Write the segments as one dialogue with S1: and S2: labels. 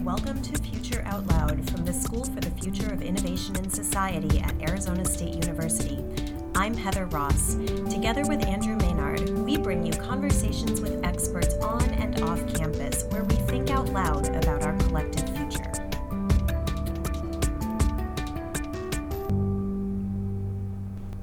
S1: Welcome to Future Out Loud from the School for the Future of Innovation in Society at Arizona State University. I'm Heather Ross. Together with Andrew Maynard, we bring you conversations with experts on and off campus where we think out loud about our collective future.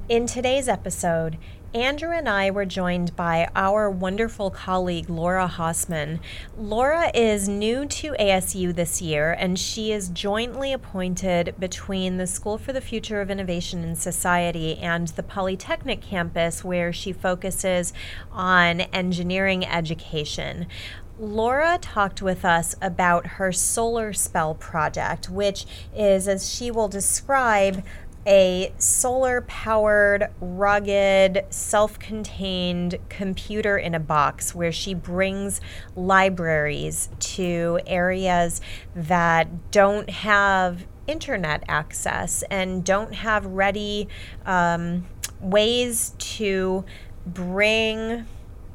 S1: In today's episode, Andrew and I were joined by our wonderful colleague Laura Hossman. Laura is new to ASU this year, and she is jointly appointed between the School for the Future of Innovation in Society and the Polytechnic campus, where she focuses on engineering education. Laura talked with us about her solar spell project, which is, as she will describe, a solar powered, rugged, self contained computer in a box where she brings libraries to areas that don't have internet access and don't have ready um, ways to bring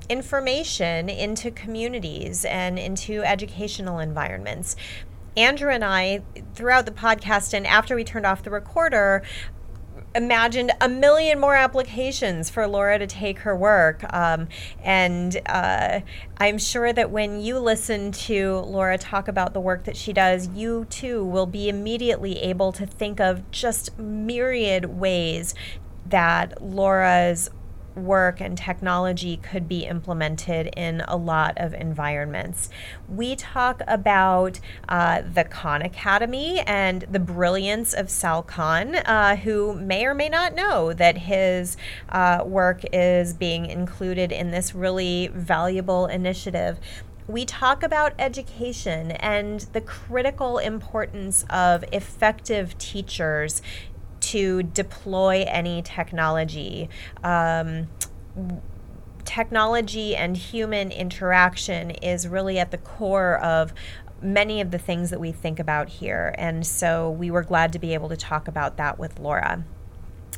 S1: information into communities and into educational environments. Andrew and I, throughout the podcast and after we turned off the recorder, imagined a million more applications for Laura to take her work. Um, and uh, I'm sure that when you listen to Laura talk about the work that she does, you too will be immediately able to think of just myriad ways that Laura's work and technology could be implemented in a lot of environments. We talk about uh, the Khan Academy and the brilliance of Sal Khan, uh, who may or may not know that his uh, work is being included in this really valuable initiative. We talk about education and the critical importance of effective teachers to deploy any technology. Um, technology and human interaction is really at the core of many of the things that we think about here. And so we were glad to be able to talk about that with Laura.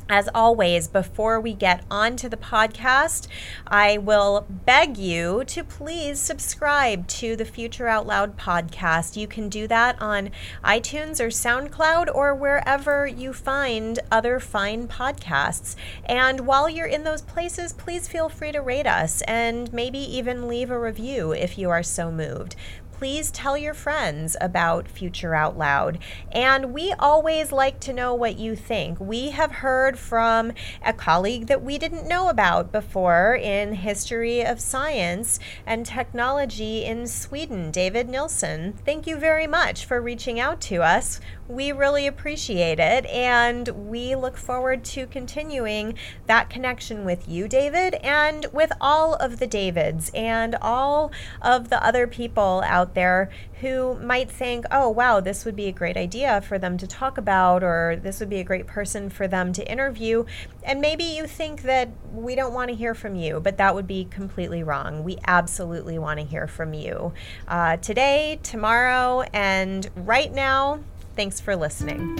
S1: As always, before we get on to the podcast, I will beg you to please subscribe to the Future Out Loud podcast. You can do that on iTunes or SoundCloud or wherever you find other fine podcasts. And while you're in those places, please feel free to rate us and maybe even leave a review if you are so moved please tell your friends about Future Out Loud. And we always like to know what you think. We have heard from a colleague that we didn't know about before in history of science and technology in Sweden, David Nilsson. Thank you very much for reaching out to us. We really appreciate it and we look forward to continuing that connection with you, David, and with all of the Davids and all of the other people out there who might think, oh, wow, this would be a great idea for them to talk about, or this would be a great person for them to interview. And maybe you think that we don't want to hear from you, but that would be completely wrong. We absolutely want to hear from you uh, today, tomorrow, and right now. Thanks for listening.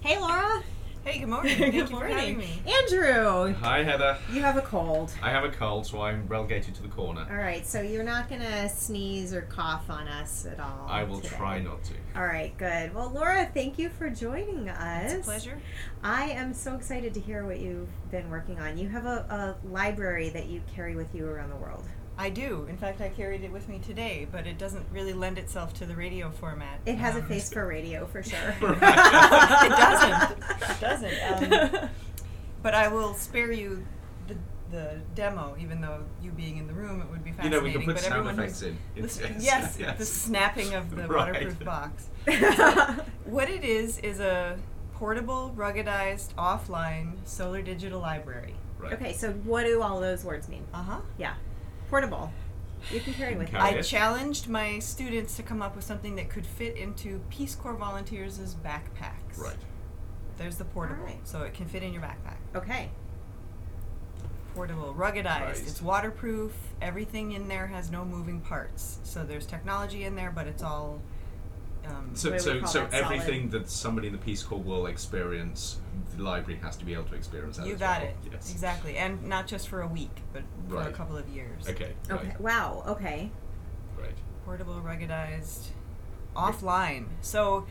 S1: Hey, Laura.
S2: Hey, good morning. Thank you for having me.
S1: Andrew,
S3: Hi Heather.
S2: You have a cold.
S3: I have a cold, so I'm relegated to the corner.
S1: All right, so you're not going to sneeze or cough on us at all.
S3: I will
S1: Oh, today.
S3: try not to.
S1: All right, good. Well, Laura, thank you for joining us.
S2: It's a pleasure.
S1: I am so excited to hear what you've been working on. You have a, a library that you carry with you around the world.
S2: I do. In fact, I carried it with me today, but it doesn't really lend itself to the radio format.
S1: It has a
S2: Um,
S1: face for radio for sure.
S3: Right.
S2: It doesn't. It doesn't, um, But I will spare you the, the demo, even though you being in the room, it would be
S3: You
S2: fascinating.
S3: know, we can put
S2: but
S3: sound
S2: everyone
S3: effects
S2: who's
S3: in. It's-
S2: Listen-
S3: it's-
S2: yes, the snapping of the
S3: Right.
S2: waterproof box. um, What it is is a portable, ruggedized, offline solar digital library.
S3: Right.
S1: okay, so what do all those words mean?
S2: Uh huh.
S1: Yeah, portable. You can carry with you.
S3: Carry
S2: I
S3: it.
S2: challenged my students to come up with something that could fit into Peace Corps volunteers' backpacks.
S3: Right.
S2: There's the portable,
S1: Alright.
S2: so it can fit in your backpack.
S1: Okay.
S2: Portable,
S3: Nice.
S2: ruggedized, it's waterproof, everything in there has no moving parts. So there's technology in there, but it's all. Um,
S1: What
S3: So,
S1: do we
S3: so,
S1: call
S3: so
S1: that? Solid.
S3: everything that somebody in the Peace Corps will experience, the library has to be able to experience that.
S2: you
S3: as
S2: got
S3: well.
S2: it.
S3: Yes.
S2: Exactly. And not just for a week, but for a
S3: Right.
S2: couple of years.
S3: Okay.
S1: Okay.
S3: Right.
S1: Wow. Okay.
S3: Right.
S2: portable, ruggedized, offline. So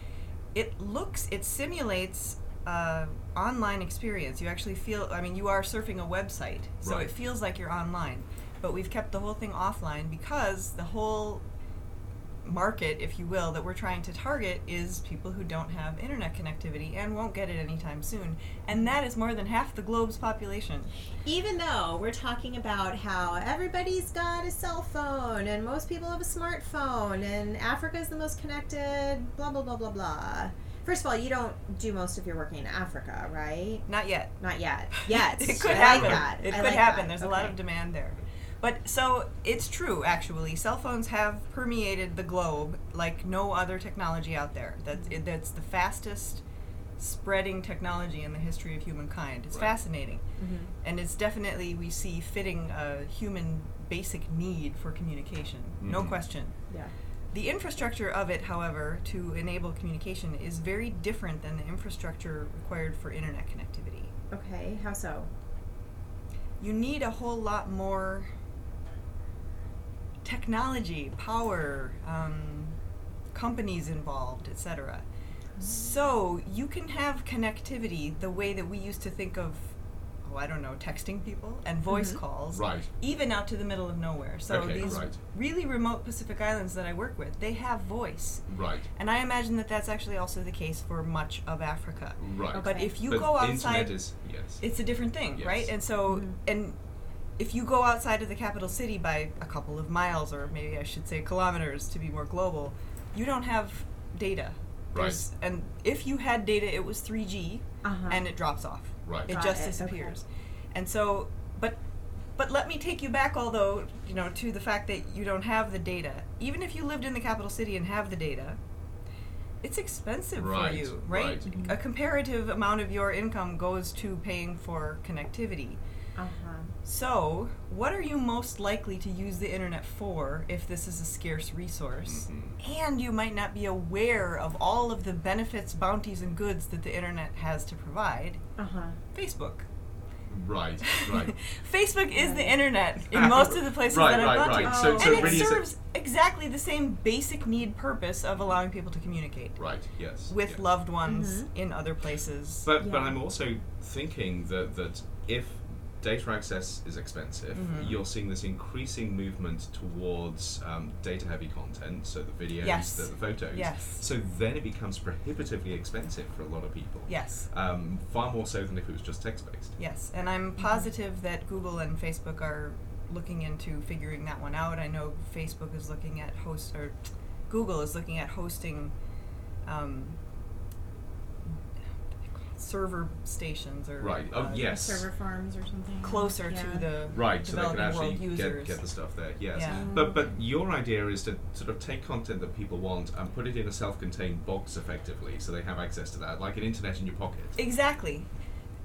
S2: it looks, it simulates uh, online experience. You actually feel, I mean, you are surfing a website, so
S3: Right.
S2: it feels like you're online. But we've kept the whole thing offline because the whole market, if you will, that we're trying to target is people who don't have internet connectivity and won't get it anytime soon. And that is more than half the globe's population.
S1: Even though we're talking about how everybody's got a cell phone and most people have a smartphone and Africa's the most connected, blah, blah, blah, blah, blah. First of all, you don't do most of your working in Africa, right?
S2: Not yet.
S1: Not yet. Yet.
S2: it could
S1: I
S2: happen.
S1: Like that.
S2: It
S1: I
S2: could
S1: like
S2: happen.
S1: that.
S2: There's a lot
S1: Okay.
S2: of demand there. But so it's true, actually. Cell phones have permeated the globe like no other technology out there. That's, it, that's the fastest spreading technology in the history of humankind. It's
S3: Right.
S2: fascinating.
S1: Mm-hmm.
S2: And it's definitely, we see, fitting a human basic need for communication. No
S1: Mm-hmm.
S3: Mhm.
S2: question.
S1: Yeah.
S2: The infrastructure of it, however, to enable communication is very different than the infrastructure required for internet connectivity
S1: Okay. How so?
S2: you need a whole lot more technology, power, um, companies involved, etc. So you can have connectivity the way that we used to think of, oh, I don't know, texting people and voice calls,
S3: Right.
S2: even out to the middle of nowhere. So
S3: Okay,
S2: these
S3: right.
S2: really remote Pacific islands that I work with, they have voice.
S3: Right.
S2: And I imagine that that's actually also the case for much of Africa.
S3: Right.
S1: Okay.
S2: But if you
S3: Mm. but
S2: go
S3: the
S2: outside
S3: internet is yes.
S2: it's a different thing,
S3: Yes.
S2: right? And so, and if you go outside of the capital city by a couple of miles, or maybe I should say kilometers to be more global, you don't have data.
S3: Right.
S2: There's- And if you had data, it was 3G,
S1: Uh-huh.
S2: and it drops off.
S3: Right.
S2: It
S1: Got
S2: just
S1: it, okay.
S2: disappears. And so, but but let me take you back, although you know, to the fact that you don't have the data. Even if you lived in the capital city and have the data, it's expensive
S3: Right,
S2: for you,
S3: right.
S2: right?
S1: Mm-hmm.
S2: A comparative amount of your income goes to paying for connectivity.
S1: Uh
S2: So, what are you most likely to use the internet for if this is a scarce
S3: Mm-hmm.
S2: resource? And you might not be aware of all of the benefits, bounties, and goods that the internet has to provide.
S1: huh. Uh huh.
S2: Facebook.
S3: Right. Right.
S2: Facebook is the internet in most of the places
S3: Right,
S2: that I've
S3: right,
S2: gone
S3: right.
S2: to.
S3: So-
S2: and
S3: so
S2: it
S3: really it's a-
S2: serves exactly the same basic need purpose of allowing people to communicate
S3: right. Yes.
S2: with
S3: yes.
S2: loved ones in other places.
S3: But but
S1: Yeah.
S3: I'm also thinking that that if data access is expensive,
S2: Mm-hmm.
S3: you're seeing this increasing movement towards um, data-heavy content, so the videos,
S2: Yes.
S3: the, the photos.
S2: Yes.
S3: So then it becomes prohibitively expensive for a lot of people.
S2: yes.
S3: Um, far more so than if it was just text-based.
S2: Yes, and I'm positive that Google and Facebook are looking into figuring that one out. I know Facebook is looking at host or Google is looking at hosting um, server stations or
S3: Right. Oh
S2: uh,
S3: yes.
S1: Server farms or something.
S2: closer
S1: yeah.
S2: to the
S3: Right, so they can
S2: developing
S3: actually
S2: world
S3: get,
S2: users.
S3: get the stuff there. Yes,
S2: Yeah.
S3: but but your idea is to sort of take content that people want and put it in a self-contained box, effectively, so they have access to that, like an internet in your pocket.
S2: Exactly.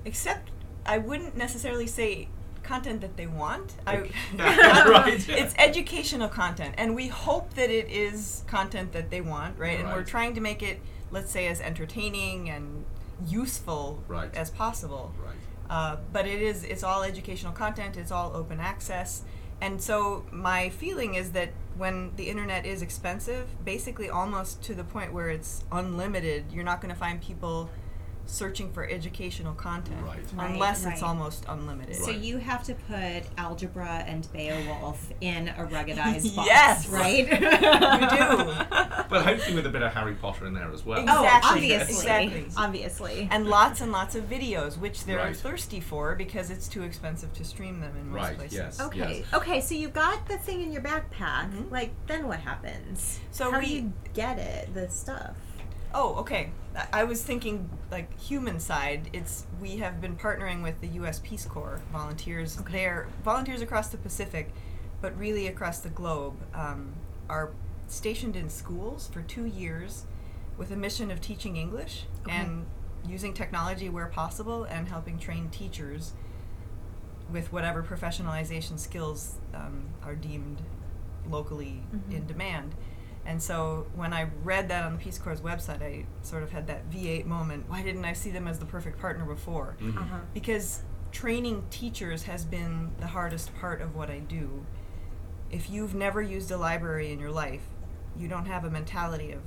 S2: Except I wouldn't necessarily say content that they want. I,
S3: Right.
S2: It's educational content, and we hope that it is content that they want, right? And we're
S3: Right.
S2: trying to make it, let's say, as entertaining and useful
S3: Right.
S2: as possible.
S3: Right.
S2: Uh, but it is it's all educational content it's all open access and so my feeling is that when the internet is expensive basically almost to the point where it's unlimited you're not going to find people searching for educational content
S3: Right.
S1: Right,
S2: unless
S1: right.
S2: it's almost unlimited
S1: So
S3: Right.
S1: you have to put algebra and Beowulf in a ruggedized box,
S2: Yes.
S1: right?
S2: you do
S3: But hopefully with a bit of Harry Potter in there as well.
S1: Oh,
S2: Exactly.
S1: obviously,
S2: Exactly.
S1: obviously.
S2: and lots and lots of videos which they're
S3: Right.
S2: thirsty for because it's too expensive to stream them in most
S3: Right,
S2: places
S3: yes.
S1: Okay. Okay. So you got the thing in your backpack.
S2: Mhm.
S1: Like, then what happens?
S2: So
S1: how
S2: we-
S1: do you get it? The stuff.
S2: Oh, okay. I- I was thinking like human side. It's we have been partnering with the U.S. Peace Corps volunteers.
S1: Okay.
S2: They're volunteers across the Pacific, but really across the globe. Um, are stationed in schools for two years, with a mission of teaching English
S1: Okay.
S2: and using technology where possible and helping train teachers with whatever professionalization skills um, are deemed locally
S1: Mm-hmm.
S2: in demand. And so when I read that on the Peace Corps' website, I sort of had that V8 moment. Why didn't I see them as the perfect partner before?
S3: Mhm.
S1: Uh huh.
S2: Because training teachers has been the hardest part of what I do. If you've never used a library in your life, you don't have a mentality of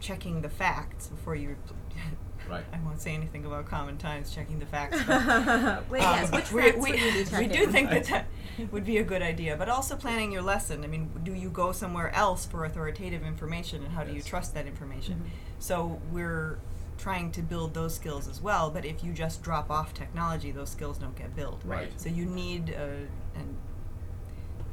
S2: checking the facts before you.
S3: Right.
S2: I won't say anything about common times checking the facts, but
S1: Wait, yes,
S2: um,
S1: which
S2: we,
S1: facts
S2: we,
S1: would you be
S2: we
S1: checking?
S2: do think that that would be a good idea, but also planning your lesson. I mean, do you go somewhere else for authoritative information, and how do you
S3: Yes.
S2: trust that information?
S1: Mm-hmm.
S2: So we're trying to build those skills as well. But if you just drop off technology, those skills don't get built.
S3: Right.
S2: So you need a, an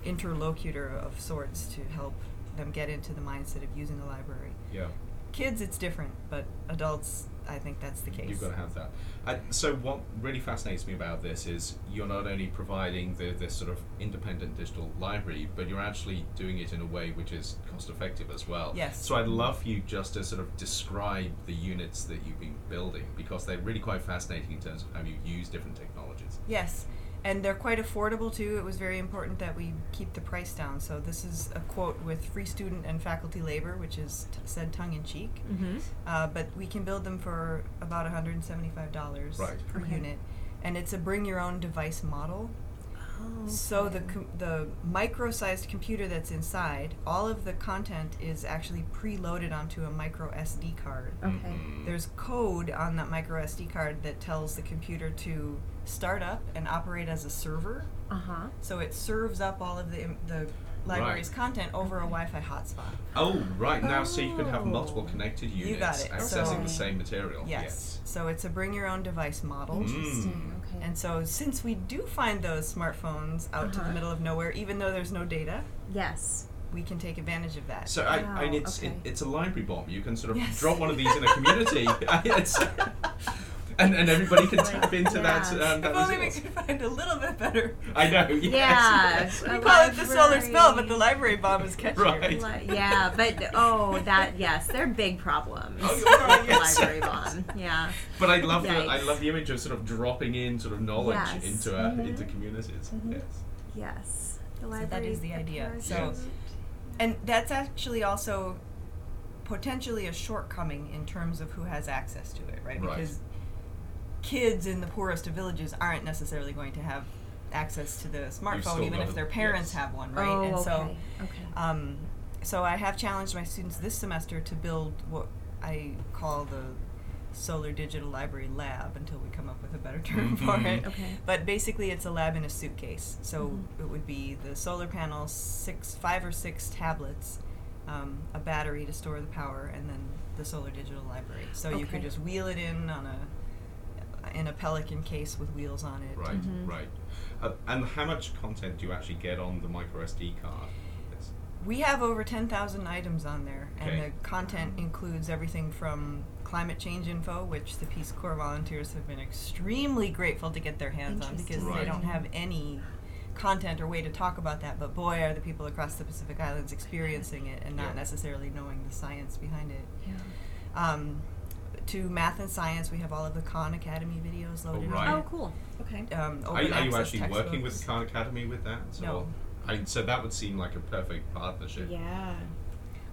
S2: interlocutor of sorts to help them get into the mindset of using a library.
S3: Yeah.
S2: Kids, it's different, but adults, I think that's the case.
S3: You've got to have that. And so, what really fascinates me about this is you're not only providing the, this sort of independent digital library, but you're actually doing it in a way which is cost effective as well.
S2: Yes.
S3: So, I'd love for you just to sort of describe the units that you've been building because they're really quite fascinating in terms of how you use different technologies.
S2: Yes, and they're quite affordable too. It was very important that we keep the price down. So this is a quote with free student and faculty labor, which is t- said tongue in cheek.
S1: Mm-hmm.
S2: Uh, but we can build them for about $175
S3: Right.
S2: per
S1: Okay.
S2: unit, and it's a bring your own device model.
S1: Oh,
S2: So the
S1: okay.
S2: com- the micro-sized computer that's inside, all of the content is actually preloaded onto a micro SD card.
S1: Okay.
S3: Mhm.
S2: There's code on that micro SD card that tells the computer to start up and operate as a server.
S3: Mm-hmm.
S1: Uh huh.
S2: So it serves up all of the im- the library's
S3: Right.
S2: content over a Wi-Fi hotspot.
S3: Oh, right. Now, so you can have
S1: Oh.
S3: multiple connected
S2: You
S3: units
S2: got it.
S3: accessing
S1: Okay.
S3: the same material.
S2: Yes. So it's a bring your own device model.
S3: Mm.
S1: Interesting. Okay.
S2: Oh. And so since we do find those smartphones out to the
S1: Uh-huh.
S2: middle of nowhere even though there's no data,
S1: yes.
S2: we can take advantage of that.
S3: So I,
S1: Wow,
S3: I mean, it's
S1: okay.
S3: it, it's a library bomb. You can sort of
S2: Yes.
S3: drop one of these in a community, It's- and and everybody can
S1: Like,
S3: tap into that.
S1: yeah.
S3: Um, that
S2: Oh if only we
S3: resource.
S2: could find a little bit better.
S3: I know. Yes. yes.
S1: Yeah.
S2: We
S1: A
S2: call it the solar spell, but the
S1: library-
S2: library bomb is catchier.
S3: Right.
S1: Li- yeah, but oh, that yes, they're big problems.
S3: Oh, you're right,
S1: with
S3: yes.
S1: the library bomb. Yeah.
S3: But I love the I
S1: Yikes.
S3: love the image of sort of dropping in sort of knowledge
S1: Yes.
S3: into uh,
S2: Mm-hmm.
S1: Mhm.
S3: into communities. Yes.
S1: Yes. The
S2: that
S1: library.
S2: is the idea. So-
S1: parachute.
S2: And that's actually also potentially a shortcoming in terms of who has access to it, right?
S3: Right.
S2: Because kids in the poorest of villages aren't necessarily going to have access to the
S3: still
S2: smartphone, even
S3: got
S2: if
S3: it,
S2: their parents
S3: yes.
S2: have one, right?
S1: Oh,
S2: and
S1: okay.
S2: so,
S1: okay.
S2: um, so I have challenged my students this semester to build what I call the Solar Digital Library Lab until we come up with a better term for
S3: Mhm.
S2: it.
S1: Okay.
S2: But basically, it's a lab in a suitcase. So
S1: Mhm.
S2: it would be the solar panels, six, five or six tablets, um, a battery to store the power, and then the solar digital library. So you
S1: Okay.
S2: could just wheel it in on a in a pelican case with wheels on it.
S3: Right. Right. Uh, and how much content do you actually get on the micro SD card? Yes.
S2: We have over 10,000 items on there, and
S3: Okay.
S2: the content includes everything from climate change info, which the Peace Corps volunteers have been extremely grateful to get their hands on because
S1: Interesting.
S2: they
S3: Right.
S2: don't have any content or way to talk about that. But boy, are the people across the Pacific Islands experiencing it and not
S3: Yeah.
S2: necessarily knowing the science behind it.
S1: Yeah.
S2: Um, to math and science, we have all of the Khan Academy videos
S3: Oh,
S2: loaded.
S3: right.
S2: on
S1: Oh, cool. Okay.
S2: it. Um,
S3: Are, you-
S2: open
S3: are you
S2: access
S3: actually working with
S2: textbooks.
S3: the Khan Academy with that? So,
S2: No.
S3: I, so that would seem like a perfect partnership.
S1: Yeah.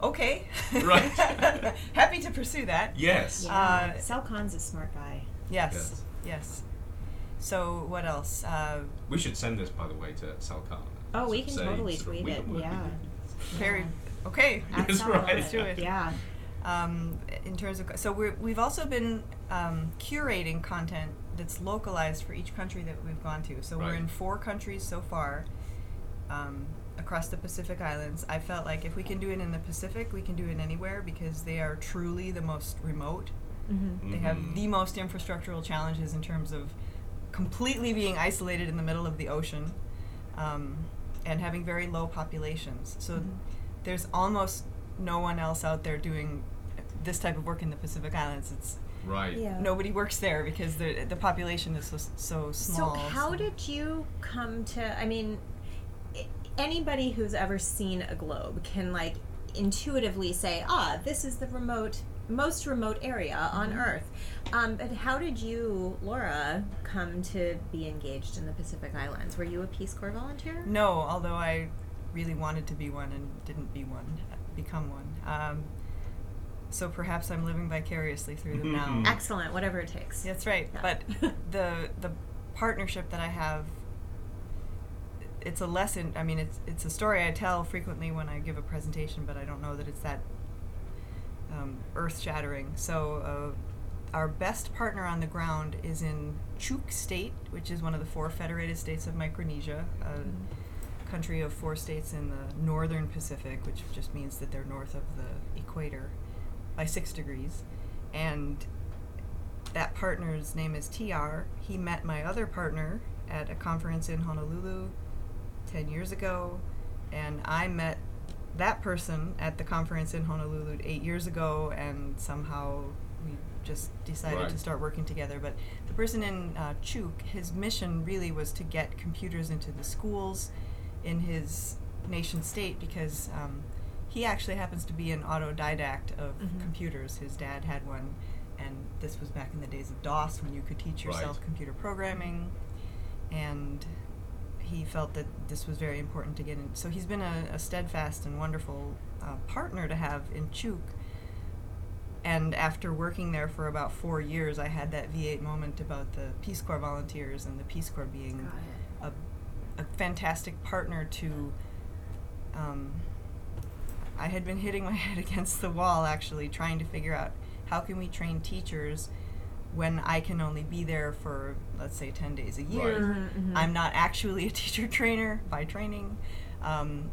S2: Okay.
S3: Right.
S2: Happy to pursue that.
S3: Yes.
S2: Uh,
S1: Sal Khan's a smart guy.
S2: Yes. Yes. So what else? Uh,
S3: We should send this, by the way, to Sal Khan.
S1: Oh, we
S3: Sort of
S1: can
S3: say,
S1: totally
S3: sort of,
S1: tweet
S3: we
S1: it,
S3: can work
S1: yeah.
S3: with you.
S2: very okay.
S3: At Yes, Sal right. Khan.
S2: Let's do it.
S1: Yeah.
S2: Um, in terms of so we're, we've also been um, curating content that's localized for each country that we've gone to. So we're
S3: Right.
S2: in four countries so far um, across the Pacific Islands. I felt like if we can do it in the Pacific, we can do it anywhere because they are truly the most remote
S1: Mm-hmm.
S2: They have
S3: Mhm.
S2: the most infrastructural challenges in terms of completely being isolated in the middle of the ocean um, and having very low populations. So
S1: Mhm.
S2: there's almost no one else out there doing this type of work in the Pacific Islands. It's
S3: Right.
S1: Yeah.
S2: nobody works there because the the population is so so small.
S1: So how did you come to? I mean, i- anybody who's ever seen a globe can like intuitively say, ah, this is the remote, most remote area on
S2: Mm-hmm.
S1: Earth. Um, but how did you, Laura, come to be engaged in the Pacific Islands? Were you a Peace Corps volunteer?
S2: No, although I really wanted to be one and didn't be one, become one. Um, so perhaps I'm living vicariously through them
S1: Mm-hmm.
S2: now.
S1: Excellent, whatever it takes.
S2: That's right.
S1: Yeah.
S2: But the the partnership that I have it's a lesson. I mean, it's it's a story I tell frequently when I give a presentation, but I don't know that it's that um, earth shattering. So, uh, our best partner on the ground is in Chuk State, which is one of the four federated states of Micronesia, a
S1: Mm-hmm.
S2: country of four states in the northern Pacific, which just means that they're north of the equator by six degrees. And that partner's name is TR. He met my other partner at a conference in Honolulu 10 years ago, and I met that person at the conference in Honolulu eight years ago, and somehow we just decided
S3: Right.
S2: to start working together. But the person in uh, Chuk, his mission really was to get computers into the schools in his nation state because um, he actually happens to be an autodidact of
S4: Mhm.
S2: computers. His dad had one, and this was back in the days of DOS when you could teach
S3: Right.
S2: yourself computer programming. And he felt that this was very important to get in. So he's been a, a steadfast and wonderful uh, partner to have in Chuk. And after working there for about four years, I had that V8 moment about the Peace Corps volunteers and the Peace Corps being
S1: Got it.
S2: a, a fantastic partner to. Um, I had been hitting my head against the wall actually, trying to figure out how can we train teachers when I can only be there for let's say ten days a
S1: Mm-hmm,
S2: year.
S3: Right.
S2: I'm not actually a teacher trainer by training, um,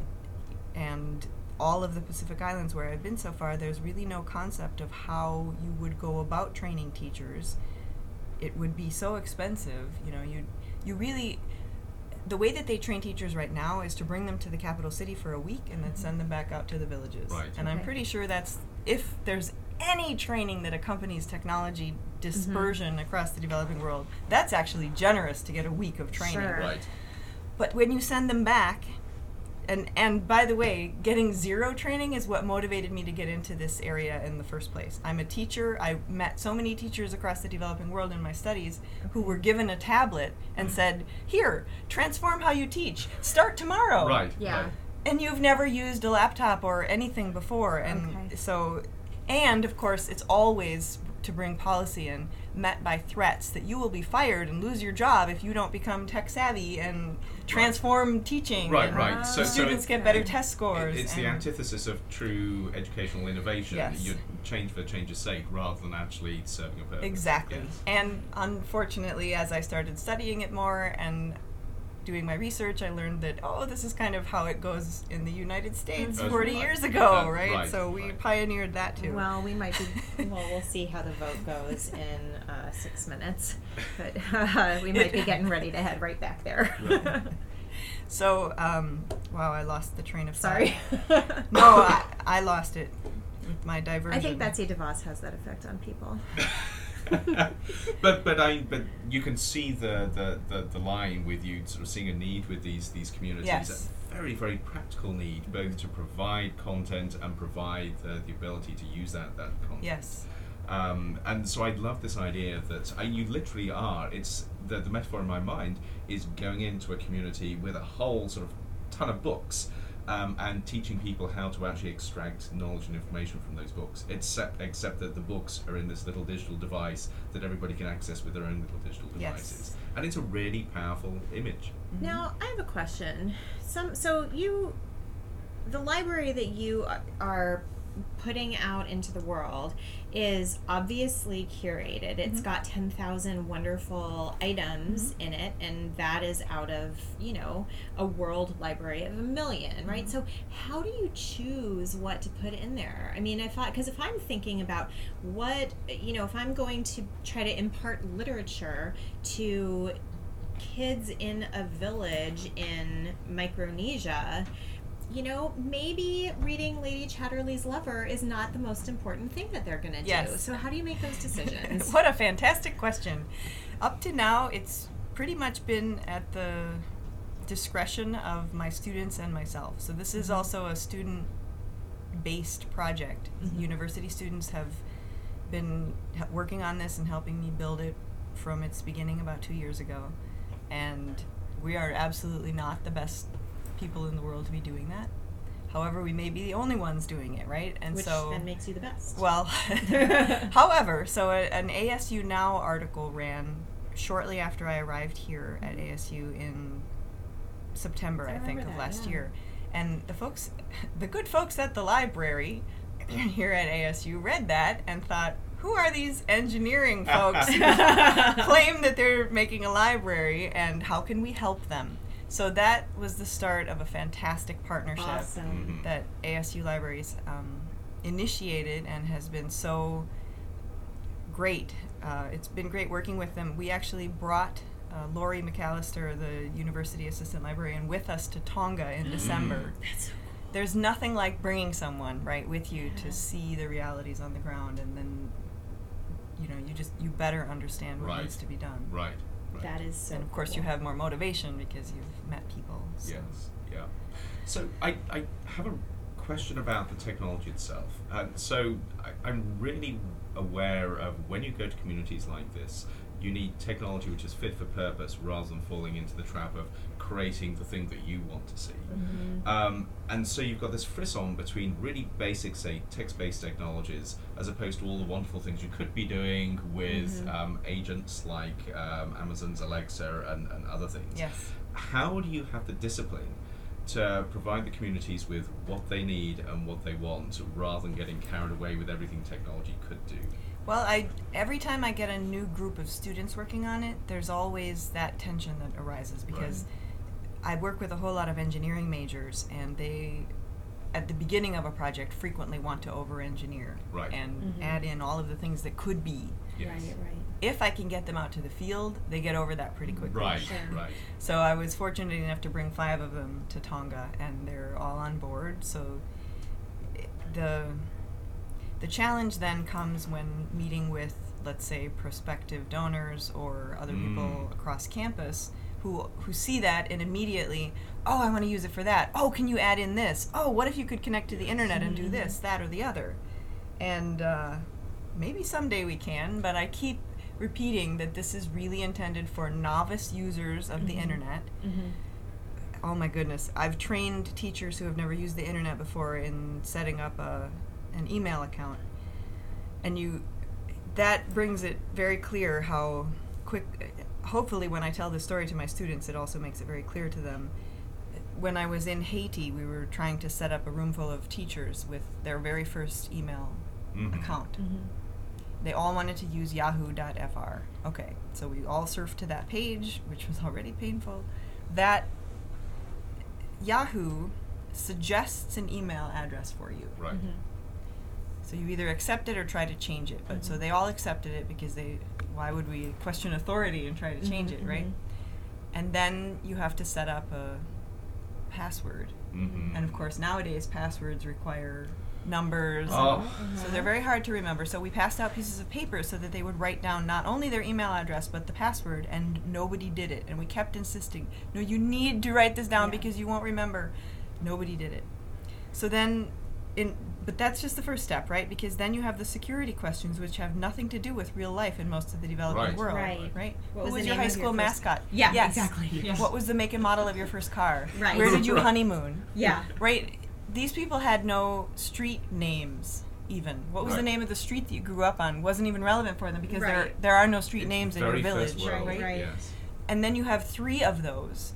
S2: and all of the Pacific Islands where I've been so far, there's really no concept of how you would go about training teachers. It would be so expensive, you know. You you really the way that they train teachers right now is to bring them to the capital city for a week and then send them back out to the villages.
S3: Right.
S2: And I'm
S4: Right.
S2: pretty sure that's if there's any training that accompanies technology dispersion across the developing world, that's actually generous to get a week of training.
S1: Sure.
S3: Right.
S2: But when you send them back, and and by the way, getting zero training is what motivated me to get into this area in the first place. I'm a teacher. I met so many teachers across the developing world in my studies who were given a tablet and said, "Here, transform how you teach. Start tomorrow."
S3: Right.
S1: Yeah.
S3: Right.
S2: And you've never used a laptop or anything before, and
S1: Okay.
S2: so, and of course, it's always to bring policy in, met by threats that you will be fired and lose your job if you don't become tech savvy and transform teaching.
S3: Right.
S2: and
S3: Right. So, so
S2: Uh, Students
S3: it-
S2: get better test scores.
S3: It's the
S2: and-
S3: antithesis of true educational innovation.
S2: Yes.
S3: You change for change's sake rather than actually serving a purpose.
S2: Exactly.
S3: Yes.
S2: And unfortunately, as I started studying it more and doing my research, I learned that, oh, this is kind of how it goes in the United States
S3: Mhm.
S2: 40
S3: Right.
S2: years
S3: Uh,
S2: ago, right?
S3: right,
S2: So we
S3: right.
S2: pioneered that too.
S1: Mm-hmm. Well, we might be. Well, we'll see how the vote goes in uh, six minutes, but uh, we might be getting ready to head right back there.
S3: Right.
S2: So, um, wow, I lost the train of thought.
S1: Sorry.
S2: no, I, I lost it with my diversion.
S1: I think Betsy DeVos has that effect on people.
S3: but but I but you can see the, the, the, the line with you sort of seeing a need with these these communities.
S2: Yes.
S3: A very very practical need, both to provide content and provide the, the ability to use that that content.
S2: Yes.
S3: Um, and so I love this idea that I, you literally are. It's the, the metaphor in my mind is going into a community with a whole sort of ton of books um, and teaching people how to actually extract knowledge and information from those books. Except except that the books are in this little digital device that everybody can access with their own little digital
S2: Yes.
S3: devices. And it's a really powerful image.
S2: Mm-hmm.
S1: Now, I have a question. Some so you the library that you a- are putting out into the world is obviously curated. It's got 10,000 wonderful items in it and that is out of, you know, a world library of a 1000000 right? So how do you choose what to put in there? I mean, if I cuz if I'm thinking about what, you know, if I'm going to try to impart literature to kids in a village in Micronesia, you know, maybe reading Lady Chatterley's Lover is not the most important thing that they're going to do.
S2: Yes.
S1: So how do you make those decisions?
S2: what a fantastic question. Up to now, it's pretty much been at the discretion of my students and myself. So this
S1: Mm-hmm.
S2: is also a student based project.
S1: Mm-hmm.
S2: University students have been h- working on this and helping me build it from its beginning about 2 years ago. And we are absolutely not the best people in the world to be doing that. However, we may be the only ones doing it, right? And
S1: Which
S2: so
S1: then makes you the best.
S2: well, however, so a, an ASU Now article ran shortly after I arrived here at ASU in September,
S1: I
S2: I, think,
S1: remember
S2: of
S1: that,
S2: last
S1: yeah.
S2: year. And the folks, the good folks at the library here at ASU read that and thought, who are these engineering folks who claim that they're making a library and how can we help them? So that was the start of a fantastic partnership
S1: Awesome.
S3: Mhm.
S2: that ASU Libraries um, initiated and has been so great. Uh, it's been great working with them. We actually brought uh, Lori McAllister, the university assistant librarian, with us to Tonga
S3: Mm-hmm.
S2: in December.
S1: That's so
S2: There's nothing like bringing someone right with you to see the realities on the ground, and then you know you just you better understand what
S3: Right.
S2: needs to be done.
S3: Right. right.
S1: That is so.
S2: And of course, you
S1: cool.
S2: have more motivation because you've met people. So.
S3: Yes. Yeah. So I, I have a question about the technology itself. Um, so I, I'm really aware of when you go to communities like this, you need technology which is fit for purpose rather than falling into the trap of creating the thing that you want to see.
S1: Mm-hmm.
S3: Um, and so you've got this frisson between really basic, say, text based technologies, as opposed to all the wonderful things you could be doing with um, agents like um, Amazon's Alexa and, and other things
S2: Yes.
S3: how do you have the discipline to provide the communities with what they need and what they want rather than getting carried away with everything technology could do?
S2: Well, I every time I get a new group of students working on it, there's always that tension that arises because I work with a whole lot of engineering majors, and they, at the beginning of a project, frequently want to over-engineer
S3: Right.
S2: and
S1: Mhm.
S2: add in all of the things that could be.
S1: Right, right.
S2: If I can get them out to the field, they get over that pretty quickly.
S3: Right,
S1: Sure.
S3: right.
S2: So I was fortunate enough to bring five of them to Tonga, and they're all on board. So i- the the challenge then comes when meeting with, let's say, prospective donors or other people
S3: Mm.
S2: across campus who who see that and immediately, oh, I want to use it for that. Oh, can you add in this? Oh, what if you could connect to the internet and do this, that, or the other? And uh, maybe someday we can, but I keep repeating that this is really intended for novice users of the internet.
S1: Mm-hmm.
S2: Oh my goodness, I've trained teachers who have never used the internet before in setting up a an email account. And you that brings it very clear how quick hopefully when I tell this story to my students it also makes it very clear to them when I was in Haiti, we were trying to set up a room full of teachers with their very first email
S3: Mhm.
S2: account.
S1: Mm-hmm.
S2: They all wanted to use yahoo.fr. Okay, so we all surfed to that page, which was already painful. That Yahoo suggests an email address for you.
S3: Right.
S2: So you either accept it or try to change it. But so they all accepted it because they why would we question authority and
S1: Mm-hmm,
S2: try to change it, right? And then you have to set up a password.
S3: Mm-hmm.
S2: And of course, nowadays passwords require numbers.
S3: Oh.
S1: Uh-huh.
S2: and- So they're very hard to remember. So we passed out pieces of paper so that they would write down not only their email address but the password, and nobody did it. And we kept insisting, "No, you need to write this down
S1: Yeah.
S2: because you won't remember." Nobody did it. So then, in but that's just the first step, right? Because then you have the security questions, which have nothing to do with real life in most of the developing
S3: Right.
S2: world,
S1: Right.
S2: right?
S1: What
S2: Who
S1: was the
S2: your
S1: name
S2: high
S1: of your
S2: school
S1: first-
S2: mascot?
S1: Yeah,
S2: Yes.
S1: exactly.
S3: Yes.
S2: What was the make and model of your first car?
S1: Right.
S2: Where did you
S3: Right.
S2: honeymoon?
S1: Yeah.
S2: Right. These people had no street names even. What was the
S3: Right.
S2: name of the street that you grew up on? Wasn't even relevant for them because there
S1: Right.
S2: there are no street names in your
S3: Very
S2: village,
S3: first world.
S1: right? Right.
S3: Yes.
S2: And then you have 3 of those.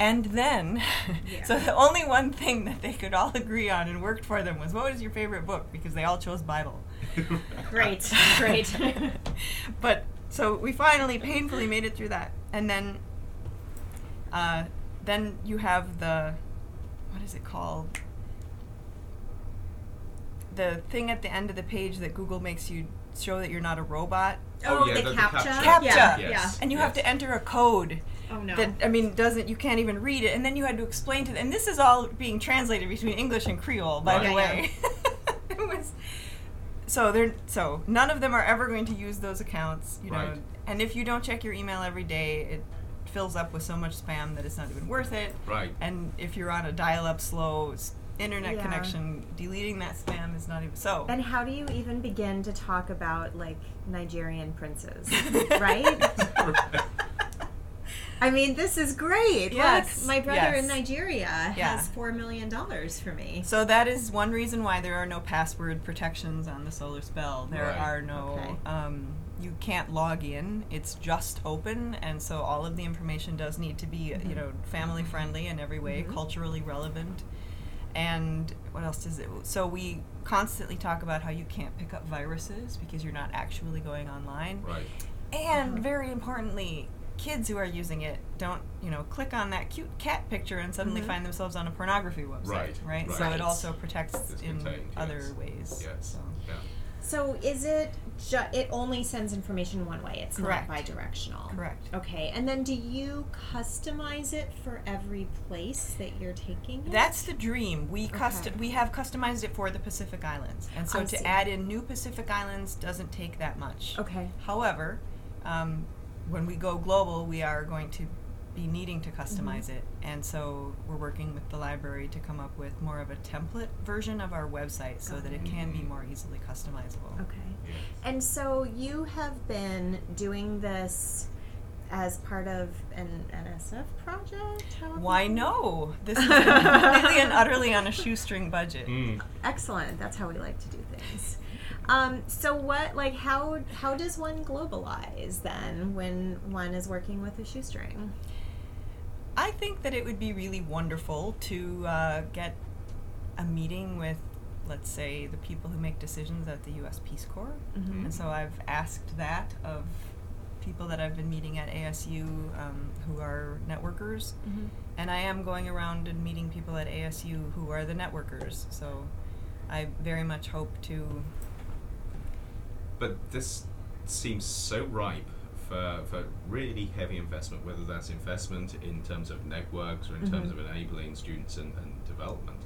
S2: And then
S1: Yeah.
S2: so the only one thing that they could all agree on and worked for them was what was your favorite book because they all chose Bible.
S1: Great, great.
S2: but so we finally painfully made it through that, and then, uh, then you have the, what is it called? The thing at the end of the page that Google makes you show that you're not a robot,
S3: Oh, yeah,
S1: the,
S3: the- the
S1: captcha.
S3: captcha.
S1: Yeah,
S2: Captcha.
S3: Yes.
S1: yeah.
S2: and you have to enter a code
S1: Oh no.
S2: that I mean doesn't you can't even read it, and then you had to explain to them. And this is all being translated between English and Creole, by
S3: Right.
S2: the
S1: Yeah,
S2: way. it was so they're so none of them are ever going to use those accounts, you know.
S3: Right.
S2: And if you don't check your email every day, it fills up with so much spam that it's not even worth it.
S3: Right.
S2: And if you're on a dial-up slow s- internet
S1: Yeah.
S2: connection, deleting that spam is not even so.
S1: And how do you even begin to talk about like Nigerian princes, right? I mean, this is great.
S2: Yes,
S1: Look, my brother in
S2: yes.
S1: Nigeria
S2: Yeah.
S1: has four million dollars for me.
S2: So that is one reason why there are no password protections on the solar spell. There
S3: Right.
S2: are no
S1: Okay.
S2: um, you can't log in. It's just open, and so all of the information does need to be you know family friendly in every way, culturally relevant. And what else does it? So we constantly talk about how you can't pick up viruses because you're not actually going online.
S3: Right.
S2: And very importantly, kids who are using it don't, you know, click on that cute cat picture and suddenly
S1: Mm-hmm.
S2: find themselves on a pornography website,
S3: Right,
S2: right?
S3: right.
S2: So
S3: Right.
S2: it also protects
S3: It's
S2: in
S3: contained,
S2: other
S3: yes.
S2: ways.
S3: Yes.
S2: So.
S3: Yeah.
S1: So is it ju- it only sends information one way? It's
S2: Correct.
S1: not
S3: Um,
S1: bidirectional.
S2: Correct.
S1: Okay, and then do you customize it for every place that you're taking it?
S2: That's the dream. We custom
S1: Okay.
S2: we have customized it for the Pacific Islands, and so
S1: I
S2: to
S1: see.
S2: add in new Pacific Islands doesn't take that much.
S1: okay.
S2: However, um, when we go global, we are going to be needing
S1: Mm-hmm.
S2: to customize it, and so we're working with the library to come up with more of a template version of our website so
S1: Got
S2: that it
S3: it.
S2: can be more easily customizable.
S1: Okay.
S3: Yes.
S1: And so you have been doing this as part of an NSF project? How have
S2: Why
S1: you-
S2: no? This is completely and utterly on a shoestring budget.
S3: Mm.
S1: Excellent. That's how we like to do things. Um, so what like how how does one globalize then when one is working with a shoestring?
S2: I think that it would be really wonderful to uh, get a meeting with, let's say, the people who make decisions at the U.S. Peace Corps.
S1: Mhm.
S2: And so I've asked that of people that I've been meeting at ASU um, who are networkers.
S1: Mm-hmm.
S2: And I am going around and meeting people at ASU who are the networkers. So I very much hope to.
S3: But this seems so ripe for, for really heavy investment, whether that's investment in terms of networks or in terms
S2: Mm-hmm.
S3: of enabling students and, and development.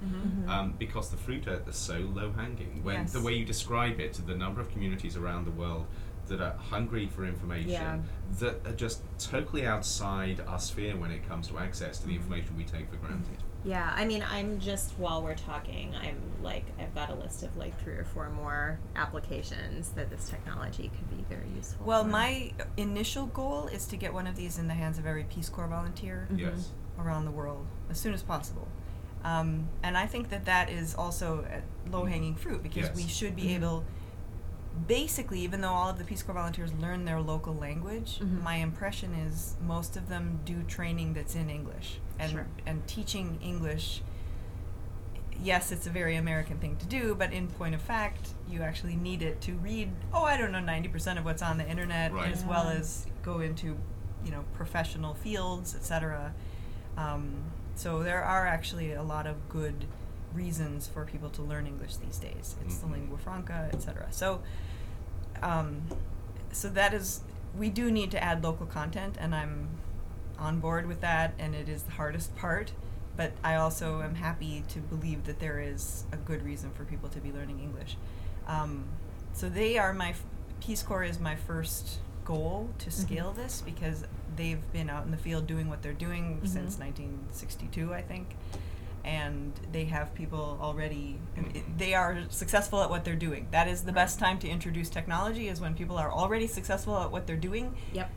S3: Um, because the fruit are are so low hanging. When
S2: Yes.
S3: the way you describe it, the number of communities around the world that are hungry for information
S1: Yeah.
S3: that are just totally outside our sphere when it comes to access to the
S1: Mm-hmm.
S3: information we take for granted.
S1: Yeah, I mean, I'm just while we're talking, I'm like, I've got a list of like three or four more applications that this technology could be very useful.
S2: Well,
S1: for.
S2: my initial goal is to get one of these in the hands of every Peace Corps volunteer.
S1: Mm-hmm.
S3: Yes.
S2: around the world as soon as possible. Um, and I think that that is also low hanging fruit because
S3: Yes.
S2: we should be
S1: Mm-hmm.
S2: able, basically, even though all of the Peace Corps volunteers learn their local language,
S1: Mhm.
S2: my impression is most of them do training that's in English. And,
S1: Sure.
S2: and teaching English, yes, it's a very American thing to do, but in point of fact, you actually need it to read, oh, I don't know, 90% of what's on the internet,
S3: Right.
S2: as well
S1: Yeah.
S2: as go into, you know, professional fields, etc. Um, so there are actually a lot of good reasons for people to learn English these days. It's
S3: Mhm.
S2: the lingua franca, etc. So, um, so that is we do need to add local content, and I'm on board with that. And it is the hardest part, but I also am happy to believe that there is a good reason for people to be learning English. Um, so they are my f- Peace Corps is my first goal to scale this because they've been out in the field doing what they're doing
S1: Mm-hmm.
S2: since 1962, I think, and they have people already.
S3: Mhm.
S2: They are successful at what they're doing. That is the best time to introduce technology is when people are already successful at what they're doing,
S1: Yep.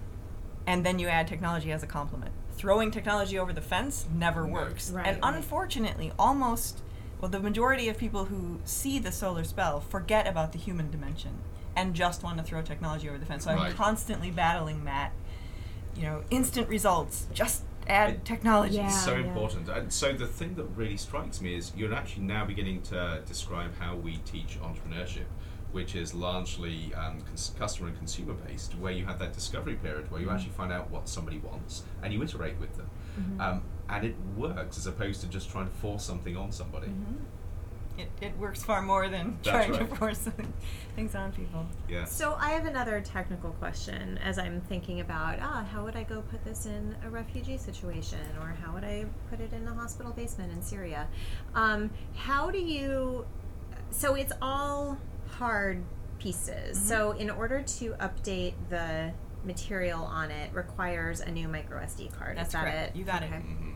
S2: and then you add technology as a complement. Throwing technology over the fence never
S3: No.
S2: works.
S1: Right,
S2: And
S1: right.
S2: unfortunately, almost, well, the majority of people who see the solar spell forget about the human dimension and just want to throw technology over the fence. So
S3: Right.
S2: I'm constantly battling that, you know, instant results, just add technology.
S1: Yeah.
S3: It's so
S1: yeah.
S3: important. And so the thing that really strikes me is you're actually now beginning to describe how we teach entrepreneurship, which is largely um, cons- customer and consumer based, where you have that discovery period where you
S1: Mm-hmm.
S3: actually find out what somebody wants and you iterate with them.
S1: Mm-hmm.
S3: Um, and it works as opposed to just trying to force something on somebody.
S1: Mm-hmm.
S2: Mm-hmm. It, it works far more than
S3: That's
S2: trying
S3: right.
S2: to force things on people.
S3: Yeah.
S1: So I have another technical question as I'm thinking about ah, how would I go put this in a refugee situation, or how would I put it in a hospital basement in Syria? Um, how do you? So it's all hard pieces.
S2: Mm-hmm.
S1: So in order to update the material on it requires a new micro SD card.
S2: That's
S1: Is that
S2: correct.
S1: it?
S2: You got it.
S1: Okay.
S3: Mhm.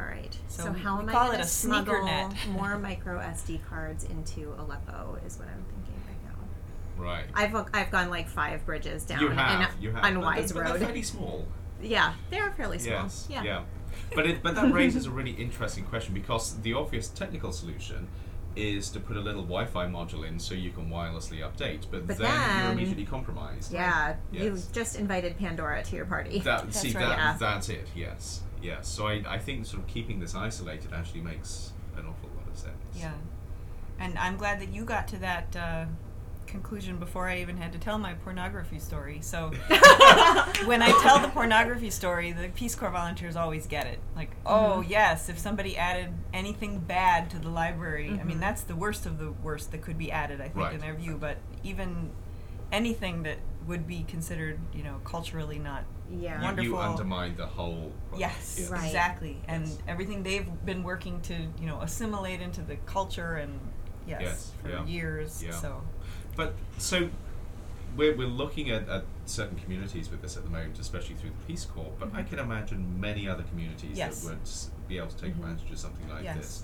S1: All right. So,
S2: So we-
S1: how
S2: we
S1: am I
S2: call
S1: going
S2: it
S1: to
S2: a sneaker
S1: smuggle
S2: net.
S1: more micro SD cards into Aleppo? Is what I'm thinking right now.
S3: Right.
S1: I've look- I've gone like five bridges down
S3: you have.
S1: an
S3: you have.
S1: unwise
S3: but they're, But
S1: road.
S3: they're fairly small.
S1: yeah, they are fairly small.
S3: Yes.
S1: yeah.
S3: But it, but that raises a really interesting question because the obvious technical solution is to put a little Wi-Fi module in so you can wirelessly update, but,
S1: But
S3: then,
S1: then-
S3: you're immediately compromised.
S1: Yeah,
S3: Yes.
S1: you just invited Pandora to your party.
S3: That
S2: That's
S3: see
S2: right.
S3: that
S1: Yeah.
S3: that's it. Yes, yes. So I, I think sort of keeping this isolated actually makes an awful lot of sense.
S2: Yeah. And I'm glad that you got to that uh, conclusion before I even had to tell my pornography story. So when I tell the pornography story, the Peace Corps volunteers always get it. Like, oh,
S3: Mm-hmm.
S2: yes, if somebody added anything bad to the library, I mean, that's the worst of the worst that could be added, I think,
S3: Mm-hmm. Right.
S2: in their view. But even anything that would be considered, you know, culturally not
S1: yeah.
S3: You, you
S2: Wonderful.
S3: undermine the whole.
S2: Yes,
S3: Yeah.
S1: Right.
S2: exactly. And
S3: Yes.
S2: everything they've been working to, you know, assimilate into the culture and yes,
S3: Yes,
S2: for
S3: yeah.
S2: years.
S3: Yeah.
S2: So
S3: But so we're, we're looking at, at certain communities with this at the moment, especially through the Peace Corps. But I can imagine many other communities
S2: Mm-hmm. Yes.
S3: that would s- be able to take advantage of something like
S2: Yes.
S3: this.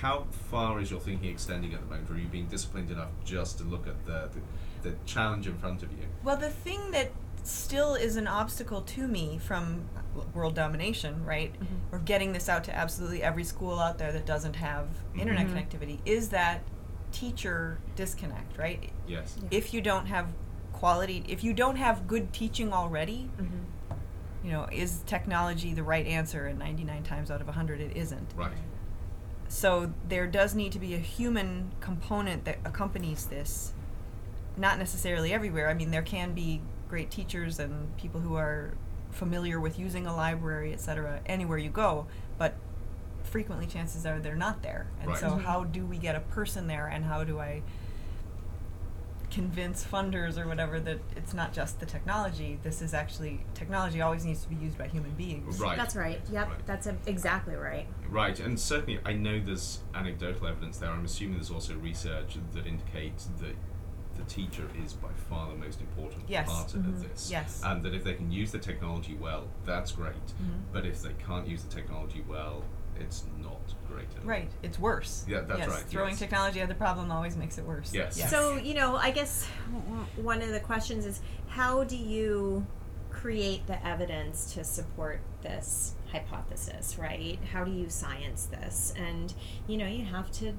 S3: How far is your thinking extending at the moment? Are you being disciplined enough just to look at the the, the challenge in front of you?
S2: Well, the thing that still is an obstacle to me from world domination, right,
S1: Mm-hmm.
S2: or getting this out to absolutely every school out there that doesn't have
S3: Mm-hmm.
S2: internet
S1: Mhm.
S2: connectivity is that teacher disconnect, right?
S3: Yes.
S2: If you don't have quality, if you don't have good teaching already,
S1: Mm-hmm.
S2: you know, is technology the right answer? And 99 times out of 100, it isn't.
S3: Right.
S2: so there does need to be a human component that accompanies this not necessarily everywhere i mean there can be great teachers and people who are familiar with using a library etc anywhere you go but frequently chances are they're not there and
S3: Right.
S2: so
S3: Mhm.
S2: how do we get a person there and how do i convince funders or whatever that it's not just the technology this is actually technology always needs to be used by human beings
S3: Right.
S1: That's right. Yep,
S3: Right.
S1: that's a, exactly right.
S3: Right, and certainly I know there's anecdotal evidence there. I'm assuming there's also research that indicates that the teacher is by far the most important
S2: Yes.
S3: part of this.
S2: Yes.
S3: And that if they can use the technology well, that's great. But if they can't use the technology well, it's not great at all.
S2: Right. It's worse.
S3: Yeah, that's
S2: yes.
S3: right,
S2: Throwing
S3: yes.
S2: technology at the problem always makes it worse.
S3: Yes.
S1: So, you know, I guess w- one of the questions is how do you create the evidence to support this hypothesis, right? How do you science this? And you know, you have to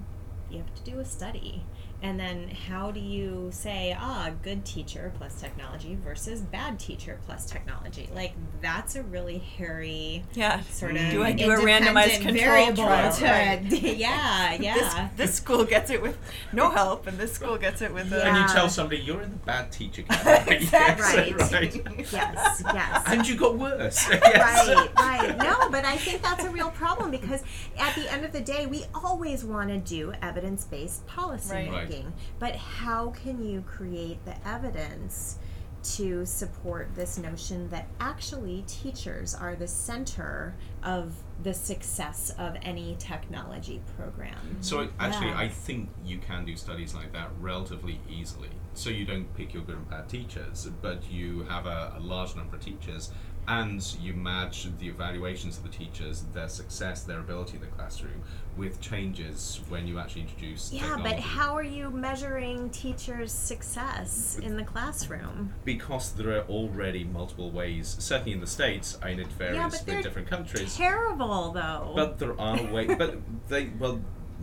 S1: you have to do a study. And then how do you say, ah, good teacher plus technology versus bad teacher plus technology? Like that's a really hairy
S2: yeah.
S1: sort of
S2: Do I do a
S1: independent
S2: randomized control
S1: variable
S2: trial?
S1: to-
S2: Right. uh,
S1: yeah, yeah.
S2: This, this school gets it with no help, and this school gets it with
S3: And
S1: Yeah.
S2: a.
S3: you tell somebody you're in the bad teacher category.
S1: Exactly.
S3: Yes,
S2: Right.
S3: right.
S1: yes, yes.
S3: And you got worse. Yes.
S1: right, right. No, but I think that's a real problem because at the end of the day, we always want to do evidence based policy
S2: Right.
S3: Right.
S1: making. But how can you create the evidence to support this notion that actually teachers are the center of the success of any technology program?
S3: So I- actually,
S1: Yeah.
S3: I think you can do studies like that relatively easily. So you don't pick your good and bad teachers, but you have a, a large number of teachers, and you match the evaluations of the teachers, their success, their ability in the classroom, with changes when you actually introduce.
S1: Yeah,
S3: technology.
S1: but how are you measuring teachers' success in the classroom?
S3: Because there are already multiple ways. Certainly in the states, I mean, it varies
S1: but they're
S3: with different countries.
S1: Terrible, though.
S3: But there are ways. but they well,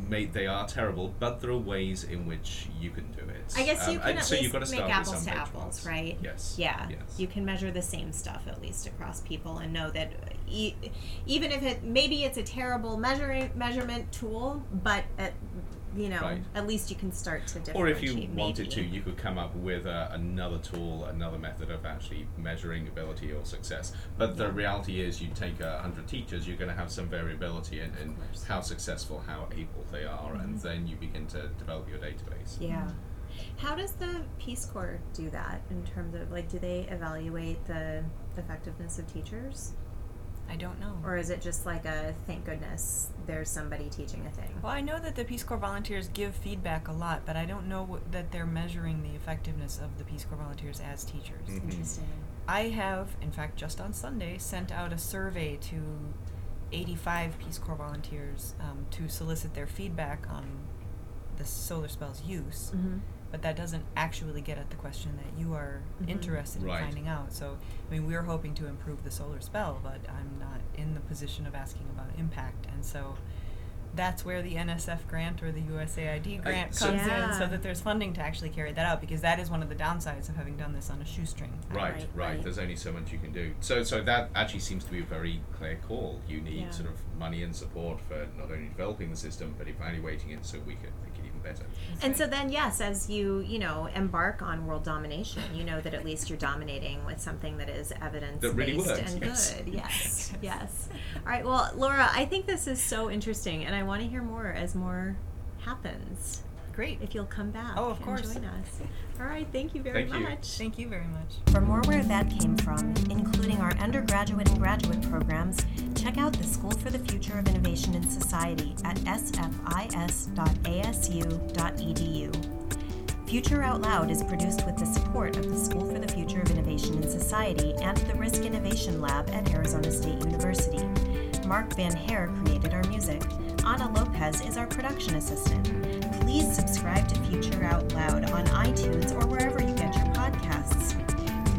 S3: mate, they are terrible. But there are ways in which you can do it.
S1: I guess you
S3: Um,
S1: can
S3: and
S1: at
S3: so
S1: least
S3: you've got to
S1: make
S3: start with
S1: apples
S3: some
S1: to apples,
S3: benchmarks.
S1: right?
S3: Yes.
S1: Yeah,
S3: Yes.
S1: you can measure the same stuff at least across people and know that e- even if it maybe it's a terrible measuring measurement tool, but at, you know
S3: Right.
S1: at least you can start to differentiate.
S3: or if you
S1: maybe.
S3: wanted to, you could come up with uh, another tool, another method of actually measuring ability or success. But the reality is, you take a hundred teachers, you're going to have some variability in, in
S1: course. Mm-hmm.
S3: how successful, how able they are, and then you begin to develop your database.
S1: yeah. How does the Peace Corps do that in terms of like do they evaluate the effectiveness of teachers,
S2: I don't know.
S1: or is it just like a thank goodness there's somebody teaching a thing?
S2: Well, I know that the Peace Corps volunteers give feedback a lot, but I don't know what, that they're measuring the effectiveness of the Peace Corps volunteers as teachers.
S3: Mhm.
S1: Interesting.
S2: I have, in fact, just on Sunday, sent out a survey to 85 Peace Corps volunteers um, to solicit their feedback on the solar spell's use.
S1: Mm-hmm.
S2: but that doesn't actually get at the question that you are
S1: Mhm.
S2: interested
S3: Right.
S2: in finding out. So, I mean, we're hoping to improve the solar spell, but I'm not in the position of asking about impact, and so that's where the NSF grant or the USAID grant
S3: so-
S2: comes in,
S5: Yeah.
S2: so that there's funding to actually carry that out, because that is one of the downsides of having done this on a shoestring.
S3: Right,
S5: Right,
S3: right,
S5: right.
S3: There's only so much you can do. So, so that actually seems to be a very clear call. You need
S5: Yeah.
S3: sort of money and support for not only developing the system but evaluating it so we could make it even better.
S5: And so then, yes, as you you know embark on world domination, you know that at least you're dominating with something that is evidence based
S3: really works,
S5: and
S3: yes.
S5: good. Yes, yes. All right. Well, Laura, I think this is so interesting, and I want to hear more as more happens.
S2: Great.
S5: If you'll come back,
S2: Oh, of
S5: and
S2: course.
S5: join us. All right. Thank you very
S3: Thank you.
S5: much.
S2: Thank you very much.
S1: For more where that came from, including our undergraduate and graduate programs, check out the School for the Future of Innovation in Society at sfis.asu.edu. E Future Out Loud is produced with the support of the School for the Future of Innovation in Society and the Risk Innovation Lab at Arizona State University. Mark Van Hare created our music. Ana Lopez is our production assistant. Please subscribe to Future Out Loud on iTunes or wherever you get your podcasts.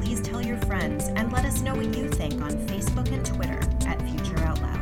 S1: Please tell your friends and let us know what you think on Facebook and Twitter at Future Out Loud.